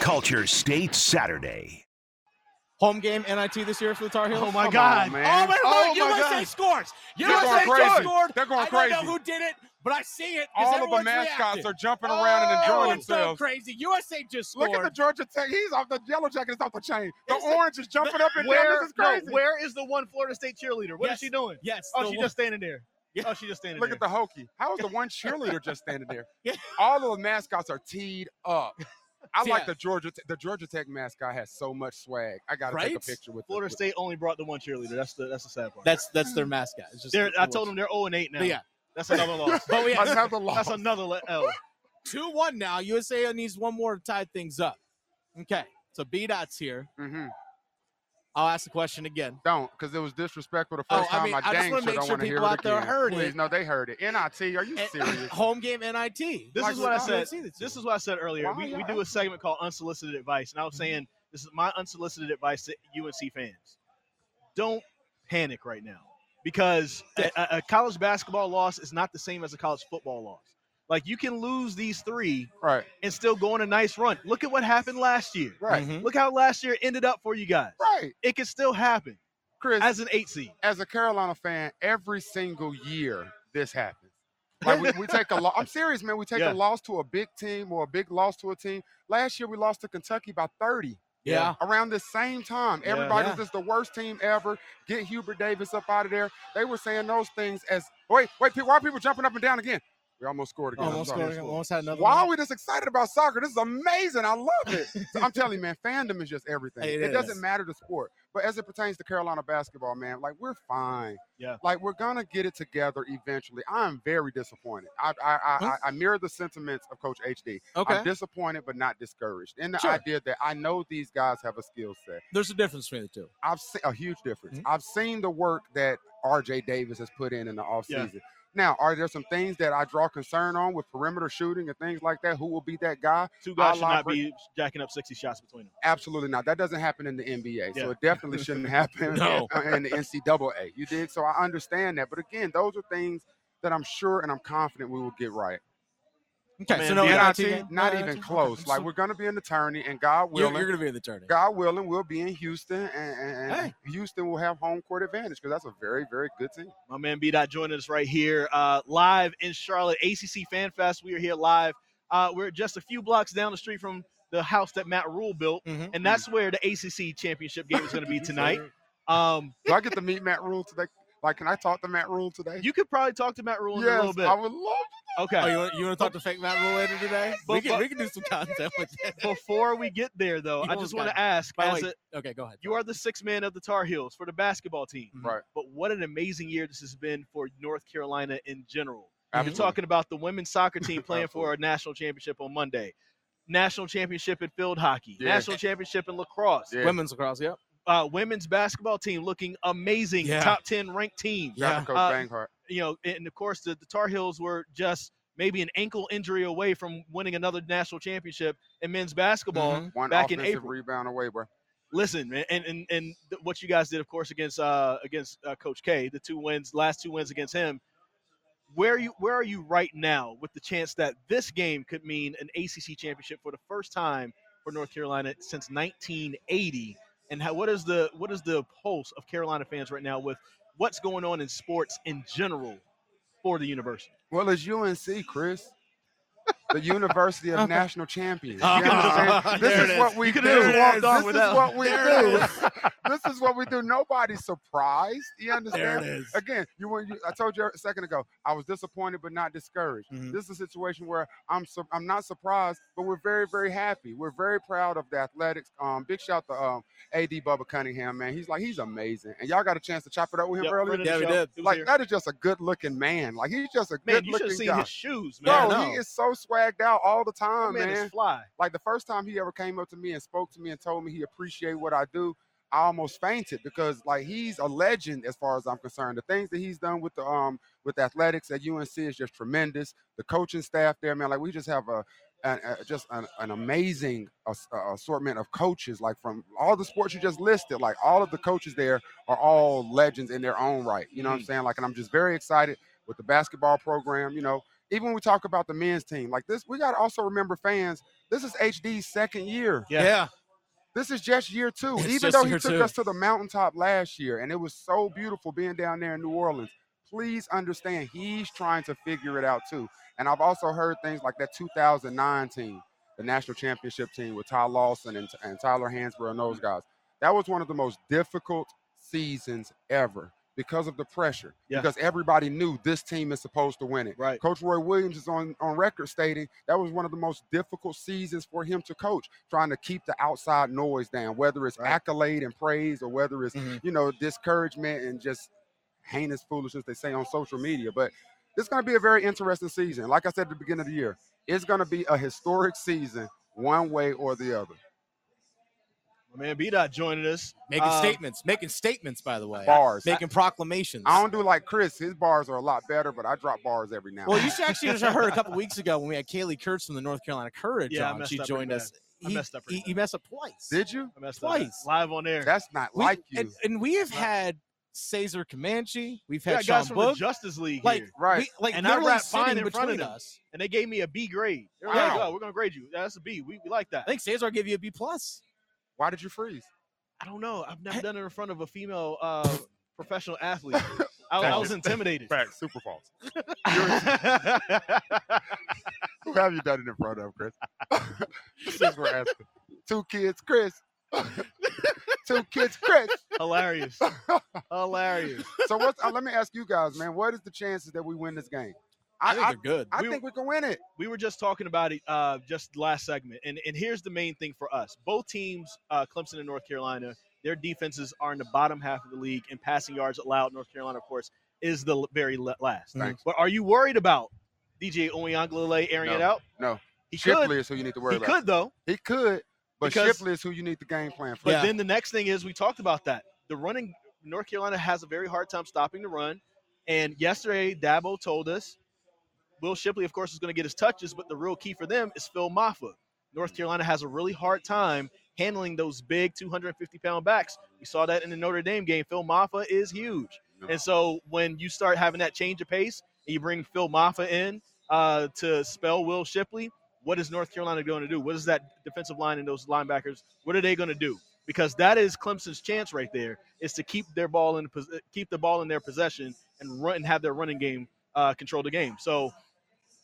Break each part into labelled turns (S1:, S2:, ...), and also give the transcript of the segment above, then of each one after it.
S1: Culture State Saturday.
S2: Home game NIT this year for the Tar Heels.
S3: Oh, my Come God. on,
S2: Oh
S3: man.
S2: my God!
S3: Oh, my
S2: USA
S3: God.
S2: scores.
S3: They're
S2: USA
S3: going crazy.
S2: scored.
S3: They're going
S2: I don't
S3: crazy.
S2: know who did it, but I see it. 'cause
S3: All of the
S2: everyone's
S3: mascots
S2: reacting. Oh,
S3: are jumping around and enjoying
S2: Everyone's going
S3: themselves.
S2: Crazy. USA just scored.
S3: Look at the Georgia Tech. He's off the yellow jacket. It's off the chain. The
S2: It's the-
S3: orange is jumping up and down.
S4: Where,
S3: This is
S4: no,
S3: crazy.
S4: where is the one Florida State cheerleader? What is
S2: Yes.
S4: she doing?
S2: Yes.
S4: Oh,
S2: the
S4: she
S2: one-
S4: just standing there.
S2: Yeah.
S4: Oh, she just standing
S3: Look
S4: there.
S3: at the hokey. How is the one cheerleader just standing there?
S2: Yeah.
S3: All of the mascots are teed up. I
S2: Yeah.
S3: like the Georgia. Te- The Georgia Tech mascot has so much swag. I gotta take a
S2: Right?
S3: picture with
S4: Florida
S3: this.
S4: State only brought the one cheerleader. That's the that's the sad part.
S2: That's that's their mascot. It's just
S4: they're, I told them they're 0 and 8 now.
S2: But yeah.
S4: that's another loss.
S2: But we have
S3: Another loss.
S4: That's another le- L.
S2: two one now. USA needs one more to tie things up. Okay. So B dots here.
S3: Mhm.
S2: I'll ask the question again.
S3: Don't, because it was disrespectful the
S2: Oh,
S3: first
S2: I
S3: time I,
S2: mean, I just
S3: dang
S2: wanna
S3: sure
S2: make
S3: don't
S2: sure
S3: want to hear
S2: people
S3: it
S2: out there
S3: again.
S2: heard it.
S3: Please, no, they heard it. NIT, are you
S2: And-
S3: serious?
S2: Eh, Home game NIT.
S4: This
S3: Like,
S4: is what I
S3: why
S4: said.
S2: See the two.
S4: This is what I said earlier.
S3: Why
S4: We, we
S3: y'all
S4: do a segment called unsolicited advice, and I was
S2: Mhm.
S4: saying this is my unsolicited advice to UNC fans: don't panic right now because a, a- a college basketball loss is not the same as a college football loss. Like you can lose these three
S3: right,
S4: and still go on a nice run. Look at what happened last year.
S3: right,
S2: Mhm.
S4: Look how last year ended up for you guys.
S3: right.
S4: It can still happen
S3: Chris,
S4: as an eight seed.
S3: as a Carolina fan, every single year this happens. Like we, we take a loss. I'm serious, man. We take
S4: Yeah.
S3: a loss to a big team or a big loss to a team. Last year we lost to Kentucky by 30.
S2: Yeah.
S3: Around the same time,
S4: Yeah.
S3: everybody
S2: Yeah.
S3: was just the worst team ever. Get Hubert Davis up out of there. They were saying those things as wait, wait, pe- why are people jumping up and down again? We almost scored again. I'm
S2: Almost
S3: sorry.
S2: scored. again. Almost had another.
S3: Why
S2: one.
S3: are we this excited about soccer? This is amazing. I love it. So I'm telling you, man, fandom is just everything.
S2: It
S3: It,
S2: is.
S3: doesn't matter the sport. But as it pertains to Carolina basketball, man, like we're fine.
S4: Yeah.
S3: Like we're gonna get it together eventually. I'm very disappointed. I I I, I, I mirror the sentiments of Coach HD.
S2: Okay.
S3: I'm disappointed but not discouraged. And the
S2: Sure.
S3: idea that I know these guys have a skill set.
S2: There's a difference between the two.
S3: I've seen a huge difference.
S2: Mhm.
S3: I've seen the work that RJ Davis has put in in the
S4: Yeah.
S3: offseason. Now, are there some things that I draw concern on with perimeter shooting and things like that? Who will be that guy?
S4: Two guys should
S3: I'll
S4: not
S3: offer-
S4: be jacking up 60 shots between them.
S3: Absolutely not. That doesn't happen in the NBA.
S4: Yeah.
S3: So it definitely shouldn't happen
S2: No.
S3: in the NCAA. You did. So I understand that. But again, those are things that I'm sure and I'm confident we will get right.
S2: Okay.
S4: Man,
S2: so no
S4: Oh, the
S3: NIT,
S2: NIT?
S3: not
S2: No,
S3: even
S2: NIT?
S3: close.
S2: Okay,
S3: Like
S2: so
S3: we're gonna be an attorney and God
S2: you're,
S3: willing.
S2: you're gonna be the attorney.
S3: God willing, we'll be in Houston, and, and- and
S2: Hey.
S3: Houston will have home court advantage because that's a very, very good team.
S4: My man B Dot joining us right here, uh, live in Charlotte, ACC Fan Fest. We are here live. Uh, we're just a few blocks down the street from the house that Matt Rule built,
S2: Mhm.
S4: and that's where the ACC championship game is going to be tonight. Um,
S3: Do I get to meet Matt Rule today? Like, can I talk to Matt Rule today?
S4: you could probably talk to Matt Rule in a little bit.
S3: I would love.
S2: Oh,
S4: okay.
S2: you want, you want to talk to fake Matt Rule later today? we,
S4: But-
S2: can,
S4: but-
S2: we can do some content with that.
S4: Before we get there, though,
S2: You
S4: I
S2: almost
S4: just want
S2: got
S4: to ask:
S2: By the
S4: as
S2: way-
S4: a,
S2: Okay, go ahead.
S4: you are the sixth man of the Tar Heels for the basketball team,
S2: Mhm.
S3: Right.
S4: but what an amazing year this has been for North Carolina in general. You're
S3: Absolutely.
S4: talking about the women's soccer team playing for a national championship on Monday, national championship in field hockey,
S3: Yeah.
S4: national championship in lacrosse,
S3: Yeah.
S2: women's lacrosse. Yep.
S4: uh, women's basketball team looking amazing,
S2: Yeah.
S4: top 10 ranked team.
S3: Shout out
S2: Yeah.
S3: to Coach
S4: Uh,
S3: Banghart.
S4: You know, and of course, the, the Tar Heels were just maybe an ankle injury away from winning another national championship in men's basketball.
S2: Mhm.
S3: One
S4: back in
S3: offensive
S4: April.
S3: rebound away, bro.
S4: Listen, man, and, and, and th- what you guys did, of course, against uh, against uh, Coach K, the two wins, last two wins against him. Where are you where are you right now with the chance that this game could mean an ACC championship for the first time for North Carolina since 1980? And how, what is the what is the pulse of Carolina fans right now with what's going on in sports in general for the university?
S3: Well, it's UNC, Chris. The University of
S2: Okay.
S3: National Champions. You
S4: Oh,
S2: Ah,
S3: understand?
S2: there
S3: This
S2: it
S3: is
S2: is.
S3: what we
S4: You
S3: do.
S4: could've just walked off
S3: This
S4: with
S3: is
S4: that.
S3: what we
S2: There it
S3: do. this is what we do. Nobody's surprised. You
S2: There
S3: understand?
S2: it is.
S3: Again, you when you, I told you a second ago, I was disappointed but not discouraged.
S4: Mm-hmm.
S2: Mhm.
S3: This is a situation where I'm sur- I'm not surprised, but we're very very happy. We're very proud of the athletics. Um, big shout to um AD Bubba Cunningham, man. He's like he's amazing, and y'all got a chance to chop it up with him
S4: Yep,
S3: earlier.
S4: friend of the
S2: Yeah, we
S4: show.
S2: did.
S4: He was
S3: Like
S4: here.
S3: that is just a good looking man. Like he's just a
S4: man,
S3: good
S4: you should have
S3: looking
S4: seen
S3: guy.
S4: his shoes, man.
S2: Yeah,
S3: Bro,
S2: I
S3: he
S2: know.
S3: is so swagged out all the time,
S4: That man,
S3: man
S4: is fly.
S3: like the first time he ever came up to me and spoke to me and told me he appreciated what I do, I almost fainted because like he's a legend as far as I'm concerned. The things that he's done with the um with athletics at UNC is just tremendous. The coaching staff there, man, like we just have a, an- a- just an, an amazing as- uh, assortment of coaches. Like from all the sports you just listed, like all of the coaches there are all legends in their own right. You know what I'm saying? Like, and I'm just very excited with the basketball program. You know, even when we talk about the men's team, like this, we got to also remember fans. This is HD's second year.
S4: Yeah.
S2: yeah.
S3: This is just year two.
S2: It's
S3: Even
S2: just
S3: though he
S2: year
S3: took
S2: two.
S3: us to the mountaintop last year, and it was so beautiful being down there in New Orleans. Please understand, he's trying to figure it out too. And I've also heard things like that 2009 team, the national championship team with Ty Lawson and, and Tyler Hansbrough and those guys. That was one of the most difficult seasons ever because of the pressure.
S4: Yeah.
S3: Because everybody knew this team is supposed to win it.
S4: Right.
S3: Coach Roy Williams is on, on record stating that was one of the most difficult seasons for him to coach, trying to keep the outside noise down, whether it's
S4: Right.
S3: accolade and praise or whether it's,
S2: Mhm.
S3: you know, discouragement and just heinous foolishness they say on social media. But it's going to be a very interesting season. Like I said at the beginning of the year, it's going to be a historic season, one way or the other.
S4: My man B Dot joining us.
S2: Making
S4: Uh,
S2: statements. Making statements, by the way.
S3: Bars.
S2: Making proclamations.
S3: I don't do like Chris. His bars are a lot better, but I drop bars every now.
S2: Well,
S3: and
S2: you should actually just heard a couple weeks ago when we had Kaylee Kurtz from the North Carolina Courage
S4: Yeah, I
S2: on.
S4: messed
S2: She
S4: up
S2: joined
S4: pretty
S2: us.
S4: I
S2: He,
S4: messed up pretty
S2: he, he messed up twice.
S3: then. Did you?
S4: I messed up.
S2: Twice.
S4: Live on air.
S3: That's not
S2: We-
S3: like you.
S2: And, and we have
S4: Right.
S2: had Cesar Comanche. We've
S4: we
S2: had
S4: got guys
S2: Sean
S4: from
S2: Book.
S4: the Justice League
S2: Like,
S4: here,
S3: right.
S2: we, like
S4: And I
S2: literally
S4: rap fine
S2: sitting
S4: in front of
S2: between
S4: them.
S2: us.
S4: and they gave me a B grade. They were
S3: Wow.
S4: like, oh, we're gonna grade you. That's a B. We, we like that.
S2: I think Cesar gave you a B plus.
S3: Why did you freeze?
S4: I don't know. I've never done it in front of a female uh, professional athlete. I, I was intimidated.
S3: Fact, super false. Who have you done it in front of, Chris? Since we're asking. Two kids, Chris. Two kids, Chris.
S4: Hilarious. Hilarious.
S3: So what's, uh, let me ask you guys, man. What is the chances that we win this game?
S2: I,
S3: I, I,
S2: think they're good.
S3: I
S4: we-
S3: think we can win it.
S4: we were just talking about it uh, just last segment, and and here's the main thing for us: both teams, uh, Clemson and North Carolina, their defenses are in the bottom half of the league in passing yards allowed. North Carolina, of course, is the l- very la- last.
S3: Thanks.
S4: But are you worried about DJ Onyanglele airing it
S3: No,
S4: out?
S3: no.
S4: he
S3: Shipley
S4: could.
S3: is who you need to worry
S4: He
S3: about.
S4: could though.
S3: He could, but
S4: Because-
S3: Shipley is who you need the game plan for.
S4: But
S2: Yeah.
S4: then the next thing is we talked about that. The running North Carolina has a very hard time stopping the run. And yesterday Dabo told us Will Shipley, of course, is going to get his touches, but the real key for them is Phil Maffa. North Carolina has a really hard time handling those big 250 pound backs. We saw that in the Notre Dame game. Phil Maffa is huge.
S3: No.
S4: And so when you start having that change of pace and you bring Phil Maffa in uh, to spell Will Shipley, what is North Carolina going to do? What is that defensive line and those linebackers? What are they going to do? Because that is Clemson's chance right there is to keep their ball in pos- keep the ball in their possession and run and have their running game uh, control the game. So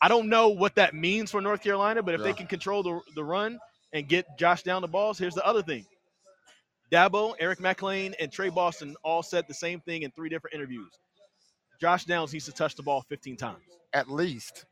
S4: I don't know what that means for North Carolina, but if they
S3: Yeah.
S4: can control the, the run and get Josh down the balls, here's the other thing. Dabo, Eric McLean, and Trey Boston all said the same thing in three different interviews. Josh Downs needs to touch the ball 15 times.
S3: At least.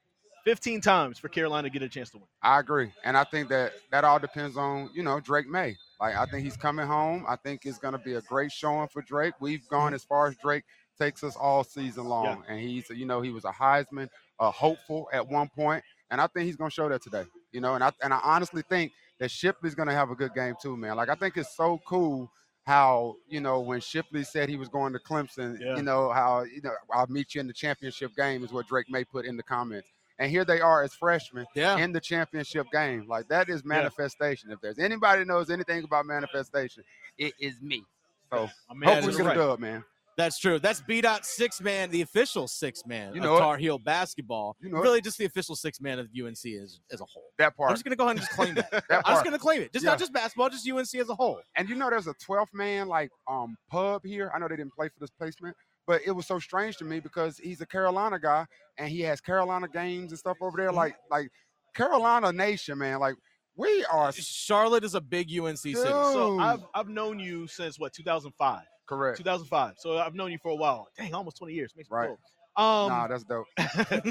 S4: 15 times for Carolina to get a chance to win.
S3: I agree, and I think that that all depends on you know Drake May. Like I think he's coming home. I think it's going to be a great showing for Drake. We've gone as far as Drake takes us all season long, and he's you know he was a Heisman, a hopeful at one point, and I think he's going to show that today. You know, and I and I honestly think that Shipley's going to have a good game too, man. Like I think it's so cool how you know when Shipley said he was going to Clemson,
S4: Yeah.
S3: you know how you know I'll meet you in the championship game is what Drake May put in the comments, and here they are as freshmen
S2: yeah.
S3: in the championship game. Like that is manifestation. If there's anybody that knows anything about manifestation, it is me. So
S4: My
S2: Yeah,
S3: hopefully
S4: is
S3: we get
S4: right.
S3: a dub, man.
S2: That's true. That's B dot six man, the official six man
S3: You
S2: of
S3: know it.
S2: Tar Heel basketball.
S3: You know it.
S2: really, just the official six man of UNC as, as a whole.
S3: That
S2: I'm
S3: part.
S2: just gonna go ahead and just claim that.
S3: that
S2: I'm just
S3: part.
S2: gonna claim it. Just
S3: Yeah.
S2: not just basketball, just UNC as a whole.
S3: and you know, there's a 12th man like um pub here. I know they didn't play for this placement, but it was so strange to me because he's a Carolina
S4: Mm-hmm.
S3: guy and he has Carolina games and stuff over there. Like like Carolina Nation, man. Like We are
S2: Charlotte is a big UNC city.
S4: So
S3: Dude.
S4: I've, I've known you since what 2005,
S3: correct.
S4: 2005. So I've known you for a while. Dang, almost 20 years. Makes me
S3: Right.
S4: feel old. Um,
S3: nah, that's dope.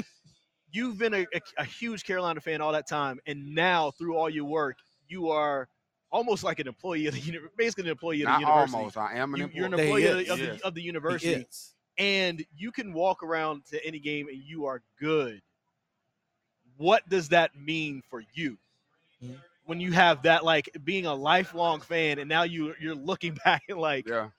S4: you've been a, a, a huge Carolina fan all that time, and now through all your work, you are almost like an employee of the uni- basically an employee of the
S3: Not
S4: university.
S3: almost. I am an
S4: You, you're an
S3: employee.
S4: employee of
S2: is.
S4: the, of,
S3: Yes.
S4: the, of the university,
S2: It's
S4: and you can walk around to any game and you are good. What does that mean for you?
S2: Mhm.
S4: When you have that, like being a lifelong fan, and now you you're looking back and like,
S3: Yeah.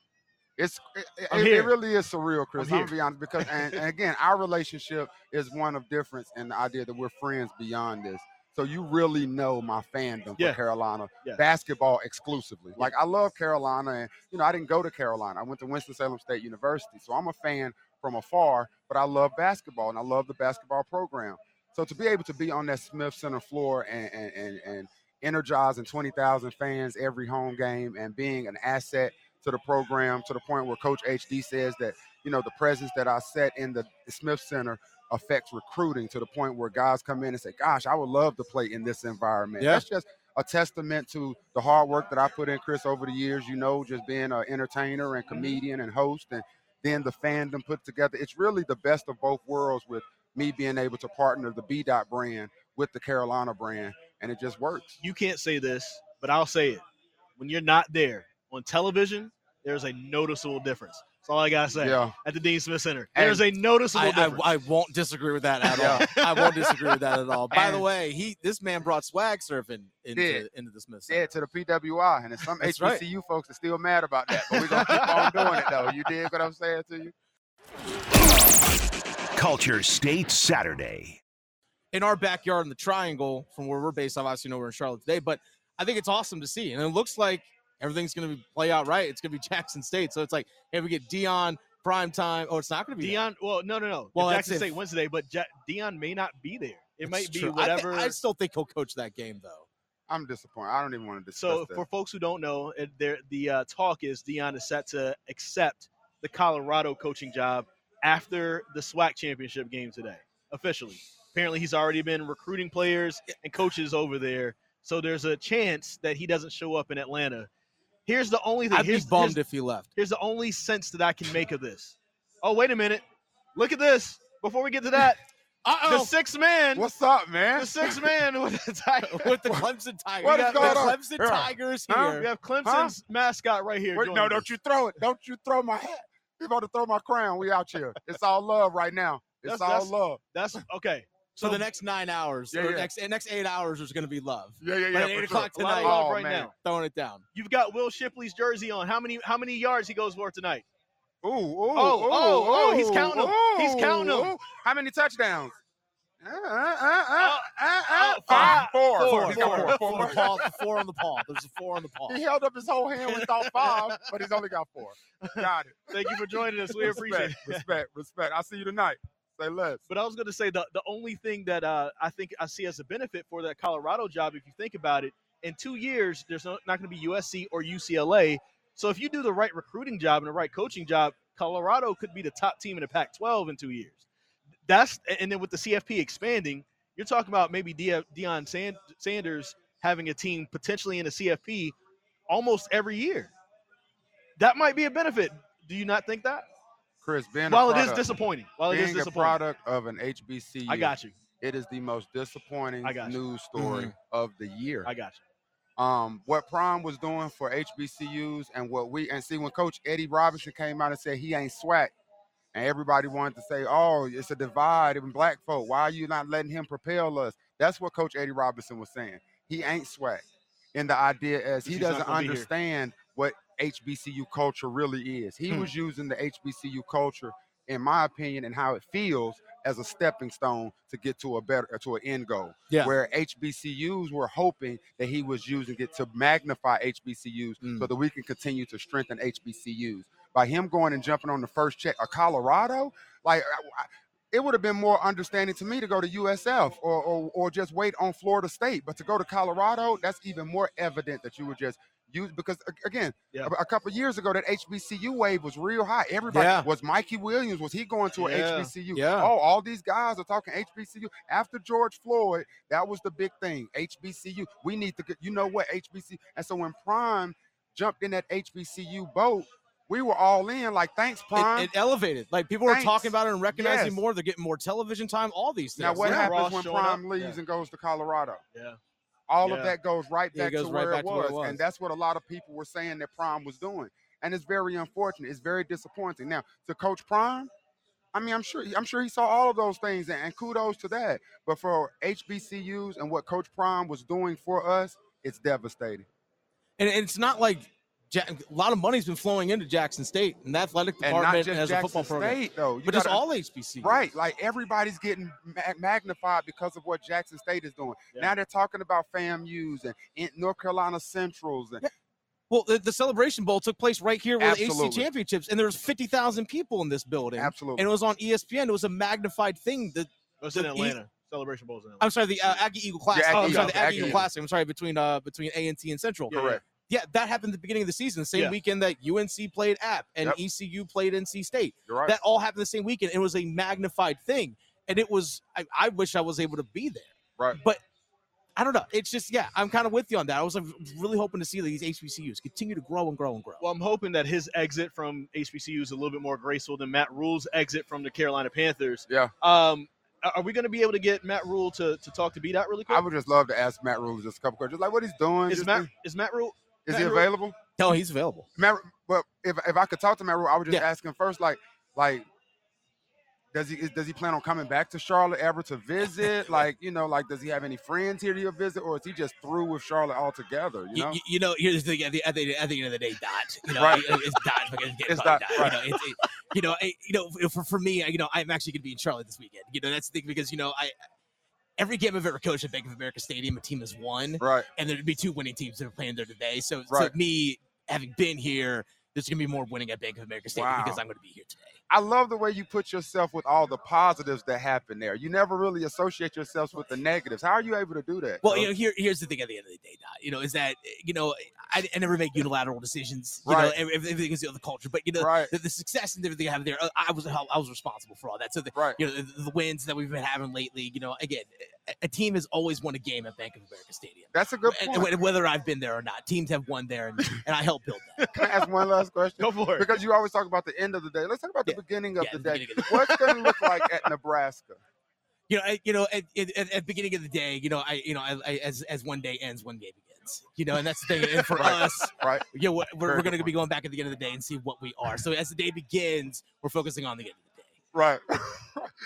S3: It's it, it-
S4: I'm
S3: it
S4: here.
S3: really is surreal, Chris.
S4: I'm
S3: I'm,
S4: here.
S3: gonna be honest because and, and again, our relationship is one of difference and the idea that we're friends beyond this. So you really know my fandom
S4: Yeah.
S3: for Carolina
S4: Yeah.
S3: basketball exclusively. Like I love Carolina, and you know I didn't go to Carolina. I went to Winston Salem State University, so I'm a fan from afar. But I love basketball and I love the basketball program. So to be able to be on that Smith Center floor and and and, and energizing 20,000 fans every home game and being an asset to the program to the point where Coach HD says that, you know, the presence that I set in the Smith Center affects recruiting to the point where guys come in and say, gosh, I would love to play in this environment.
S2: Yeah.
S3: That's just a testament to the hard work that I put in, Chris, over the years, you know, just being an entertainer and comedian and host and then the fandom put together. It's really the best of both worlds with me being able to partner the B dot brand with the Carolina brand. And it just works.
S4: you can't say this, but I'll say it. When you're not there on television, there's a noticeable difference. That's all I gotta say.
S3: Yeah.
S4: At the Dean Smith Center,
S3: And-
S4: there's a noticeable
S2: I,
S4: difference.
S2: I, I won't disagree with that at
S3: Yeah.
S2: all. I won't disagree with that at all. By the
S3: And-
S2: way, he this man brought swag surfing into
S3: Did.
S2: into the Smith Center.
S3: said to the PWI, and there's some
S2: That's
S3: HBCU
S2: right.
S3: folks are still mad about that. But we're gonna keep on doing it though. You dig what I'm saying to you?
S1: Culture State Saturday.
S2: in our backyard in the triangle from where we're based. Obviously, you know we're in Charlotte today, but I think it's awesome to see. And it looks like everything's going to be play out right. It's going to be Jackson State. So it's like, hey, we get Dion prime time. Oh, it's not going to be there.
S4: Dion, well, no, no, no.
S2: Well,
S4: Well,
S2: that's
S4: Jackson
S2: if-
S4: State Wednesday, but ja- Dion may not be there. It
S2: It's
S4: might be
S2: true. I thi-
S4: whatever.
S2: I, still think he'll coach that game though.
S3: I'm disappointed. I don't even want to discuss
S4: so,
S3: that.
S4: for folks who don't know, it- there the uh, talk is Dion is set to accept the Colorado coaching job after the SWAC championship game today, officially. Apparently, he's already been recruiting players and coaches over there. So there's a chance that he doesn't show up in Atlanta. Here's the only thing.
S2: I'd be
S4: here's,
S2: bummed
S4: here's-
S2: if he left.
S4: here's the only sense that I can make of this. Oh, wait a minute. Look at this. Before we get to that,
S2: Uh
S4: the sixth man.
S3: What's up, man?
S4: the sixth man with the title.
S2: With the Clemson Tigers,
S3: What
S2: We
S3: is
S2: got
S3: going
S2: the
S3: on?
S2: Clemson
S3: Here.
S2: Tigers
S3: Huh?
S2: here.
S4: We have Clemson's mascot right here.
S3: Wait,
S4: joining
S3: no,
S4: us.
S3: don't you throw it. Don't you throw my hat. You about to throw my crown. We out here. It's all love right now. It's
S4: That's-
S3: all
S4: that's-
S3: love.
S4: That's okay.
S2: So the next nine hours,
S3: Yeah,
S2: or
S3: yeah.
S2: next next eight hours, is going to be love.
S3: Yeah, yeah,
S2: But
S3: yeah.
S2: at
S3: for
S2: eight
S3: sure.
S2: o'clock
S4: A lot
S2: tonight,
S4: of love
S3: Oh,
S4: right
S3: man.
S2: throwing it down.
S4: You've got Will Shipley's jersey on. How many how many yards he goes for tonight?
S3: Ooh, ooh,
S4: Oh,
S3: ooh,
S4: oh, oh, he's
S3: ooh,
S4: counting 'em. He's counting 'em.
S3: ooh. How many touchdowns? Uh, uh, uh, uh,
S4: Uh,
S3: uh,
S4: uh,
S3: uh,
S4: five,
S3: four.
S4: four,
S3: He's got four,
S4: four,
S2: Four on
S3: four.
S2: the paw. Four on the paw. There's a four on the paw.
S3: He held up his whole hand with thought five, but he's only got four. Got it.
S4: Thank you for joining us. We appreciate it.
S3: respect, respect, respect. I'll see you tonight. Say less.
S4: But I was going to say the, the only thing that uh, I think I see as a benefit for that Colorado job, if you think about it, in two years, there's no, not going to be USC or UCLA. So if you do the right recruiting job and the right coaching job, Colorado could be the top team in the Pac 12 in two years. That's And then with the CFP expanding, you're talking about maybe De- Deion Sand- Sanders having a team potentially in the CFP almost every year. That might be a benefit. Do you not think that?
S3: Chris, being
S4: While
S3: a
S4: it is
S3: product,
S4: disappointing, while it
S3: being
S4: is
S3: a
S4: disappointing,
S3: product of an HBCU,
S4: I got you.
S3: it is the most disappointing
S4: I got you. Mm-hmm.
S3: news story of the year.
S4: I got you.
S3: um, what Prime was doing for HBCUs and what we and see when Coach Eddie Robinson came out and said he ain't swag, and everybody wanted to say, "Oh, it's a divide in black folk. Why are you not letting him propel us?" That's what Coach Eddie Robinson was saying. He ain't swag, and the idea is he
S4: He's not
S3: doesn't
S4: gonna be here.
S3: understand what HBCU culture really is. He
S2: Hmm.
S3: was using the HBCU culture, in my opinion, and how it feels as a stepping stone to get to a better to an end goal
S2: Yeah.
S3: where HBCUs were hoping that he was using it to magnify HBCUs so
S2: Mm.
S3: that we can continue to strengthen HBCUs. By him going and jumping on the first check, a Colorado, like I- I- it would have been more understanding to me to go to USF or, or or just wait on Florida State, but to go to Colorado, that's even more evident that you were just Use because a- again,
S4: Yeah.
S3: a, a couple years ago that HBCU wave was real high. Everybody
S2: Yeah.
S3: was Mikey Williams. Was he going to a
S4: Yeah.
S3: HBCU?
S2: Yeah.
S3: Oh, all these guys are talking HBCU. After George Floyd, that was the big thing. HBCU. We need to. get- You know what HBCU? And so when Prime jumped in that HBCU boat, we were all in. Like thanks, Prime.
S2: It, it elevated. Like people were
S3: Thanks.
S2: talking about it and recognizing
S3: Yes.
S2: more. They're getting more television time. All these things.
S3: now what
S4: Rick
S3: happens
S4: Ross
S3: when
S4: showing up?
S3: Prime leaves
S2: Yeah.
S3: and goes to Colorado?
S4: Yeah.
S3: all
S4: Yeah.
S3: of that goes right
S2: Yeah, it
S3: back,
S2: goes
S3: to,
S2: right
S3: where
S2: back
S3: it
S2: to where
S3: was.
S2: it was.
S3: And that's what a lot of people were saying that Prime was doing. And it's very unfortunate. It's very disappointing. Now, to Coach Prime, I mean, I'm sure I'm sure he saw all of those things and, and kudos to that. But for HBCUs and what Coach Prime was doing for us, it's devastating.
S2: And and it's not like Jack, a lot of money's been flowing into Jackson State and the athletic
S3: And not
S2: department
S3: just
S2: and as
S3: Jackson
S2: a football program,
S3: State, though. You
S2: but just
S3: gotta-
S2: all HBCUs.
S3: Right, like everybody's getting ma- magnified because of what Jackson State is doing.
S4: Yeah.
S3: Now they're talking about FAMU's and, and North Carolina Centrals and
S2: Well, the, the celebration bowl took place right here with the AC
S3: Absolutely.
S2: championships, and there was fifty thousand people in this building,
S3: absolutely.
S2: and it was on E ESPN. It was a magnified thing. The
S4: It was in
S2: The East-
S4: Atlanta. Celebration Bowl's in Atlanta.
S2: I'm sorry, the uh, Aggie Eagle Classic.
S3: Aggie
S2: oh, I'm sorry,
S3: Eagle,
S2: the Aggie,
S3: Aggie
S2: Eagle
S3: Eagle.
S2: Classic. I'm sorry, between uh between A and T and Central.
S4: Yeah, yeah.
S3: Correct.
S2: Yeah, that happened at the beginning of the season, the same
S4: Yeah.
S2: weekend that UNC played App and
S3: Yep.
S2: ECU played NC State.
S3: You're right.
S2: that all happened the same weekend. It was a magnified thing, and it was. I, I wish I was able to be there.
S3: Right.
S2: But I don't know. It's just yeah, I'm kind of with you on that. I was like, really hoping to see these HBCUs continue to grow and grow and grow.
S4: Well, I'm hoping that his exit from HBCU is a little bit more graceful than Matt Rule's exit from the Carolina Panthers.
S3: Yeah.
S4: Um, are- are we going to be able to get Matt Rule to, to talk to B Dot really quick?
S3: I would just love to ask Matt Rule just a couple questions, like what he's doing.
S4: is
S3: just
S4: Matt
S3: think-
S4: is Matt Rule?
S3: is
S4: Matt
S3: he
S4: Rule-
S3: available?
S2: no, he's available.
S3: Matt, but if if I could talk to Matt Rule, I would just
S2: Yeah.
S3: ask him first, like like does he is, does he plan on coming back to Charlotte ever to visit? like you know, like does he have any friends here to your visit, or is he just through with Charlotte altogether?
S2: You
S3: You know,
S2: you, you know, here's the thing. At the, at the at the end of the day, dot. You know,
S3: Right.
S2: it- it's dot. Fucking get
S3: It's
S2: fucking
S3: Dot,
S2: dot.
S3: right.
S2: You know, it's, it, you know, I- you know. For, for me, I- you know, I'm actually going to be in Charlotte this weekend. You know, that's the thing because you know, I every game I've ever coached at Bank of America Stadium, a team has won.
S3: right?
S2: and there'd be two winning teams that are playing there today. So, so
S3: Right.
S2: me having been here, there's gonna be more winning at Bank of America Stadium because
S3: Wow.
S2: I'm gonna be here today.
S3: I love the way you put yourself with all the positives that happen there. You never really associate yourselves with the negatives. How are you able to do that?
S2: Well,
S3: Coach?
S2: you know, here here's the thing. At the end of the day, Dot, you know, is that you know I, I never make unilateral decisions. You know,
S3: Right.
S2: every- everything is you know, the culture, but you know.
S3: right,
S2: The, the success and everything I have there, uh, I was I was responsible for all that. So the
S3: right.
S2: you know the, the wins that we've been having lately, you know, again, a, a team has always won a game at Bank of America Stadium,
S3: That's a good
S2: And-
S3: point.
S2: and whether I've been there or not. Teams have won there, and, and I help build that.
S3: Can I ask one last question?
S4: Go for it.
S3: Because you always talk about the end of the day. Let's talk about the
S2: Yeah.
S3: beginning of
S2: Yeah,
S3: the
S2: the
S3: day.
S2: beginning of
S3: What's going to look like at Nebraska?
S2: you know, I, you know, at, at, at, at beginning of the day, you know, I, you know, I, I, as as one day ends, one day begins. You know, and that's the thing. And for
S3: Right.
S2: us,
S3: Right.
S2: you know, we're, we're,
S3: Very
S2: we're
S3: good
S2: going to be
S3: point.
S2: going back at the end of the day and see what we are. So as the day begins, we're focusing on the end of the day.
S3: Right.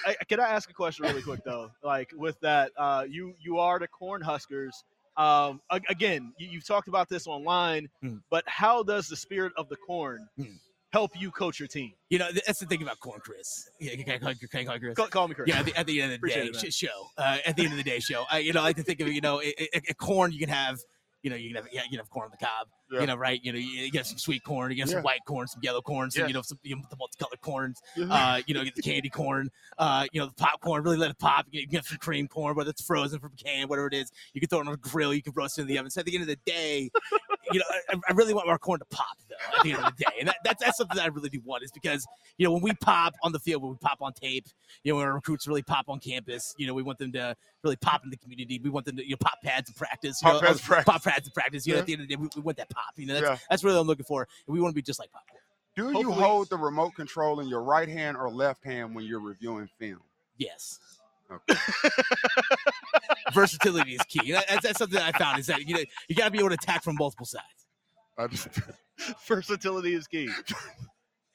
S4: I, can I ask a question really quick though? Like with that, uh, you you are the Cornhuskers. Um, a- again, you, you've talked about this online,
S2: Mhm.
S4: but how does the spirit of the corn
S2: Mhm.
S4: help you coach your team?
S2: You know, that's the thing about corn, Chris. Yeah, you can't call, you can't call it Chris.
S4: Call, call me Chris.
S2: Yeah, at the, at the end of the
S4: Appreciate
S2: day,
S4: it, man.
S2: sh- show. Uh, at the end of the day, show. I, you know, I like to think of you know, a, a, a corn you can have. You know, you can have yeah, you can have corn on the cob.
S3: Yeah.
S2: You know, right? You know, you, you have some sweet corn, you have
S3: Yeah.
S2: some white corn, some yellow corn, some
S3: Yeah.
S2: you know, some you know, the multicolored corns. Uh, you know, get the candy corn. Uh, you know, the popcorn. Really let it pop. You can get some cream corn, whether it's frozen from a can, whatever it is. You can throw it on a grill. You can roast it in the oven. So at the end of the day, you know, I, I really want our corn to pop though. At the end of the day, and that, that's that's something that I really do want is because you know when we pop on the field, when we pop on tape, you know, when our recruits really pop on campus, you know, we want them to really pop in the community. We want them to you know pop pads and practice. you
S3: Pop
S2: know,
S3: pads
S2: uh,
S3: practice.
S2: Pop pads and practice. You know,
S3: Yeah.
S2: at the end of the day, we, we want that pop. You know, that's, that's really what I'm looking for. And we want to be just like popcorn.
S3: Do you
S4: Hopefully-
S3: hold the remote control in your right hand or left hand when you're reviewing film?
S2: Yes.
S3: Okay.
S2: Versatility is key. And that- That's, that's something that I found is that you know you got to be able to attack from multiple sides.
S3: I just-
S4: Versatility is key.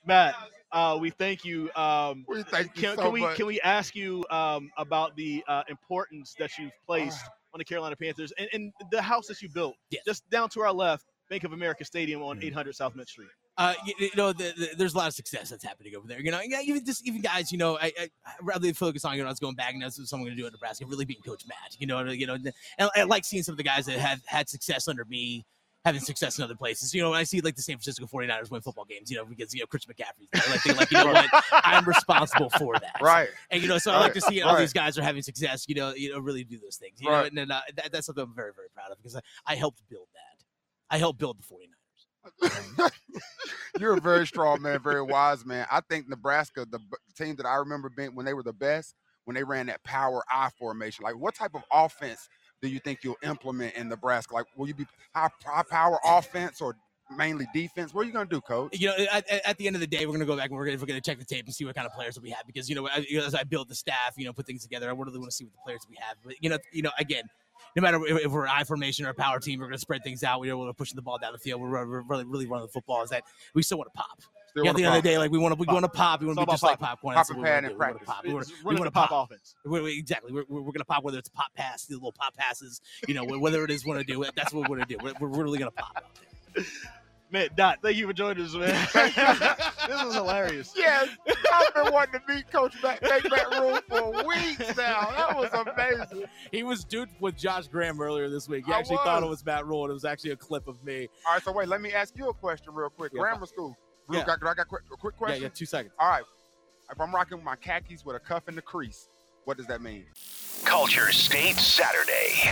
S4: Matt, uh, we thank you. Um,
S3: we thank you
S4: can,
S3: so
S4: can we
S3: much.
S4: can we ask you um, about the uh, importance that you've placed
S3: Ah.
S4: on the Carolina Panthers and, and the house that you built
S2: Yes.
S4: just down to our left, Bank of America Stadium on
S2: Mhm.
S4: 800 South Mint Street?
S2: Uh, you, you know, the, the, there's a lot of success that's happening over there. You know, and even just even guys, you know, I, I I'd rather focus on you know, I was going back and that's what someone gonna do at Nebraska, really being Coach Matt. You know, and, you know, and I like seeing some of the guys that have had success under me having success in other places. You know, when I see like the San Francisco 49ers win football games, you know, because you know Chris McCaffrey's there, like, they, like you know what, I'm responsible for that.
S3: right.
S2: And you know, so I like
S3: Right,
S2: to see all
S3: right.
S2: these guys are having success. You know, you know, really do those things. You know,
S3: Right.
S2: and then, uh, that, that's something I'm very, very proud of because I, I helped build that. I helped build the 49ers.
S3: You're a very strong man, very wise man. I think Nebraska, the b- team that I remember being when they were the best, when they ran that power I formation. Like, what type of offense do you think you'll implement in Nebraska? Like, will you be high, high power offense or mainly defense? What are you going to do, coach?
S2: You know, at, at- at the end of the day, we're gonna go back and we're gonna, we're gonna check the tape and see what kind of players that we have because you know, I, you know, as I build the staff, you know, put things together, I really want to see what the players we have. But you know, you know, again, no matter if, if we're I formation or a power team, we're gonna spread things out. We're able to push the ball down the field. We're, we're really really running the football. Is that we still want to pop?
S3: Still
S2: yeah,
S3: wanna
S2: at the end of
S3: pop.
S2: the day, like we want to we want to pop. We want to
S4: all
S2: be
S4: about
S2: just like popcorn.
S3: Pop
S2: That's
S3: and
S2: what we wanna
S3: pad
S2: do.
S3: in
S2: We wanna
S3: practice.
S2: pop. We wanna-
S4: It's running
S2: wanna
S4: the pop,
S2: pop.
S4: offense.
S2: we- we- exactly. We're, we're, we're gonna pop whether it's pop pass, the little pop passes, you know, whether it is want to do. That's what we're gonna do. We're, we're really gonna pop. out there.
S4: Man, Dot, thank you for joining us, man. this was hilarious.
S3: Yes, I've been wanting to meet Coach Back Take Back Room for weeks now. That was amazing.
S2: He was duped with Josh Graham earlier this week. He
S3: I
S2: actually thought it
S3: was.
S2: was Matt Rule, and it was actually a clip of me.
S3: All right, so wait, let me ask you a question real quick.
S2: Yeah.
S3: Grammar school. Real,
S2: Yeah.
S3: I, I got quick- a quick question.
S2: Yeah, yeah, two seconds.
S3: All right. If I'm rocking my khakis with a cuff in the crease, what does that mean?
S1: Culture State Saturday.